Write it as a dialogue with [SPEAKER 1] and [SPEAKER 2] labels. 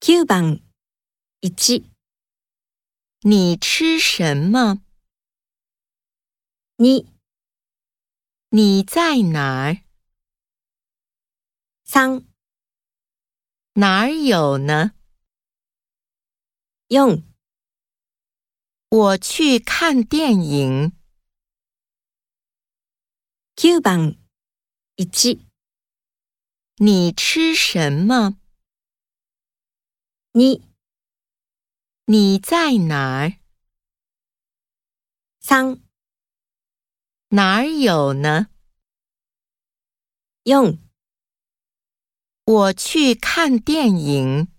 [SPEAKER 1] 9番1、
[SPEAKER 2] 你吃什么？
[SPEAKER 1] 2、
[SPEAKER 2] 你在哪儿？
[SPEAKER 1] 3、
[SPEAKER 2] 哪儿有呢？
[SPEAKER 1] 4、
[SPEAKER 2] 我去看电影。
[SPEAKER 1] 9番1、
[SPEAKER 2] 你吃什么？
[SPEAKER 1] 2、
[SPEAKER 2] 你在哪儿？
[SPEAKER 1] 3、
[SPEAKER 2] 哪儿有呢？
[SPEAKER 1] 4
[SPEAKER 2] 我去看电影。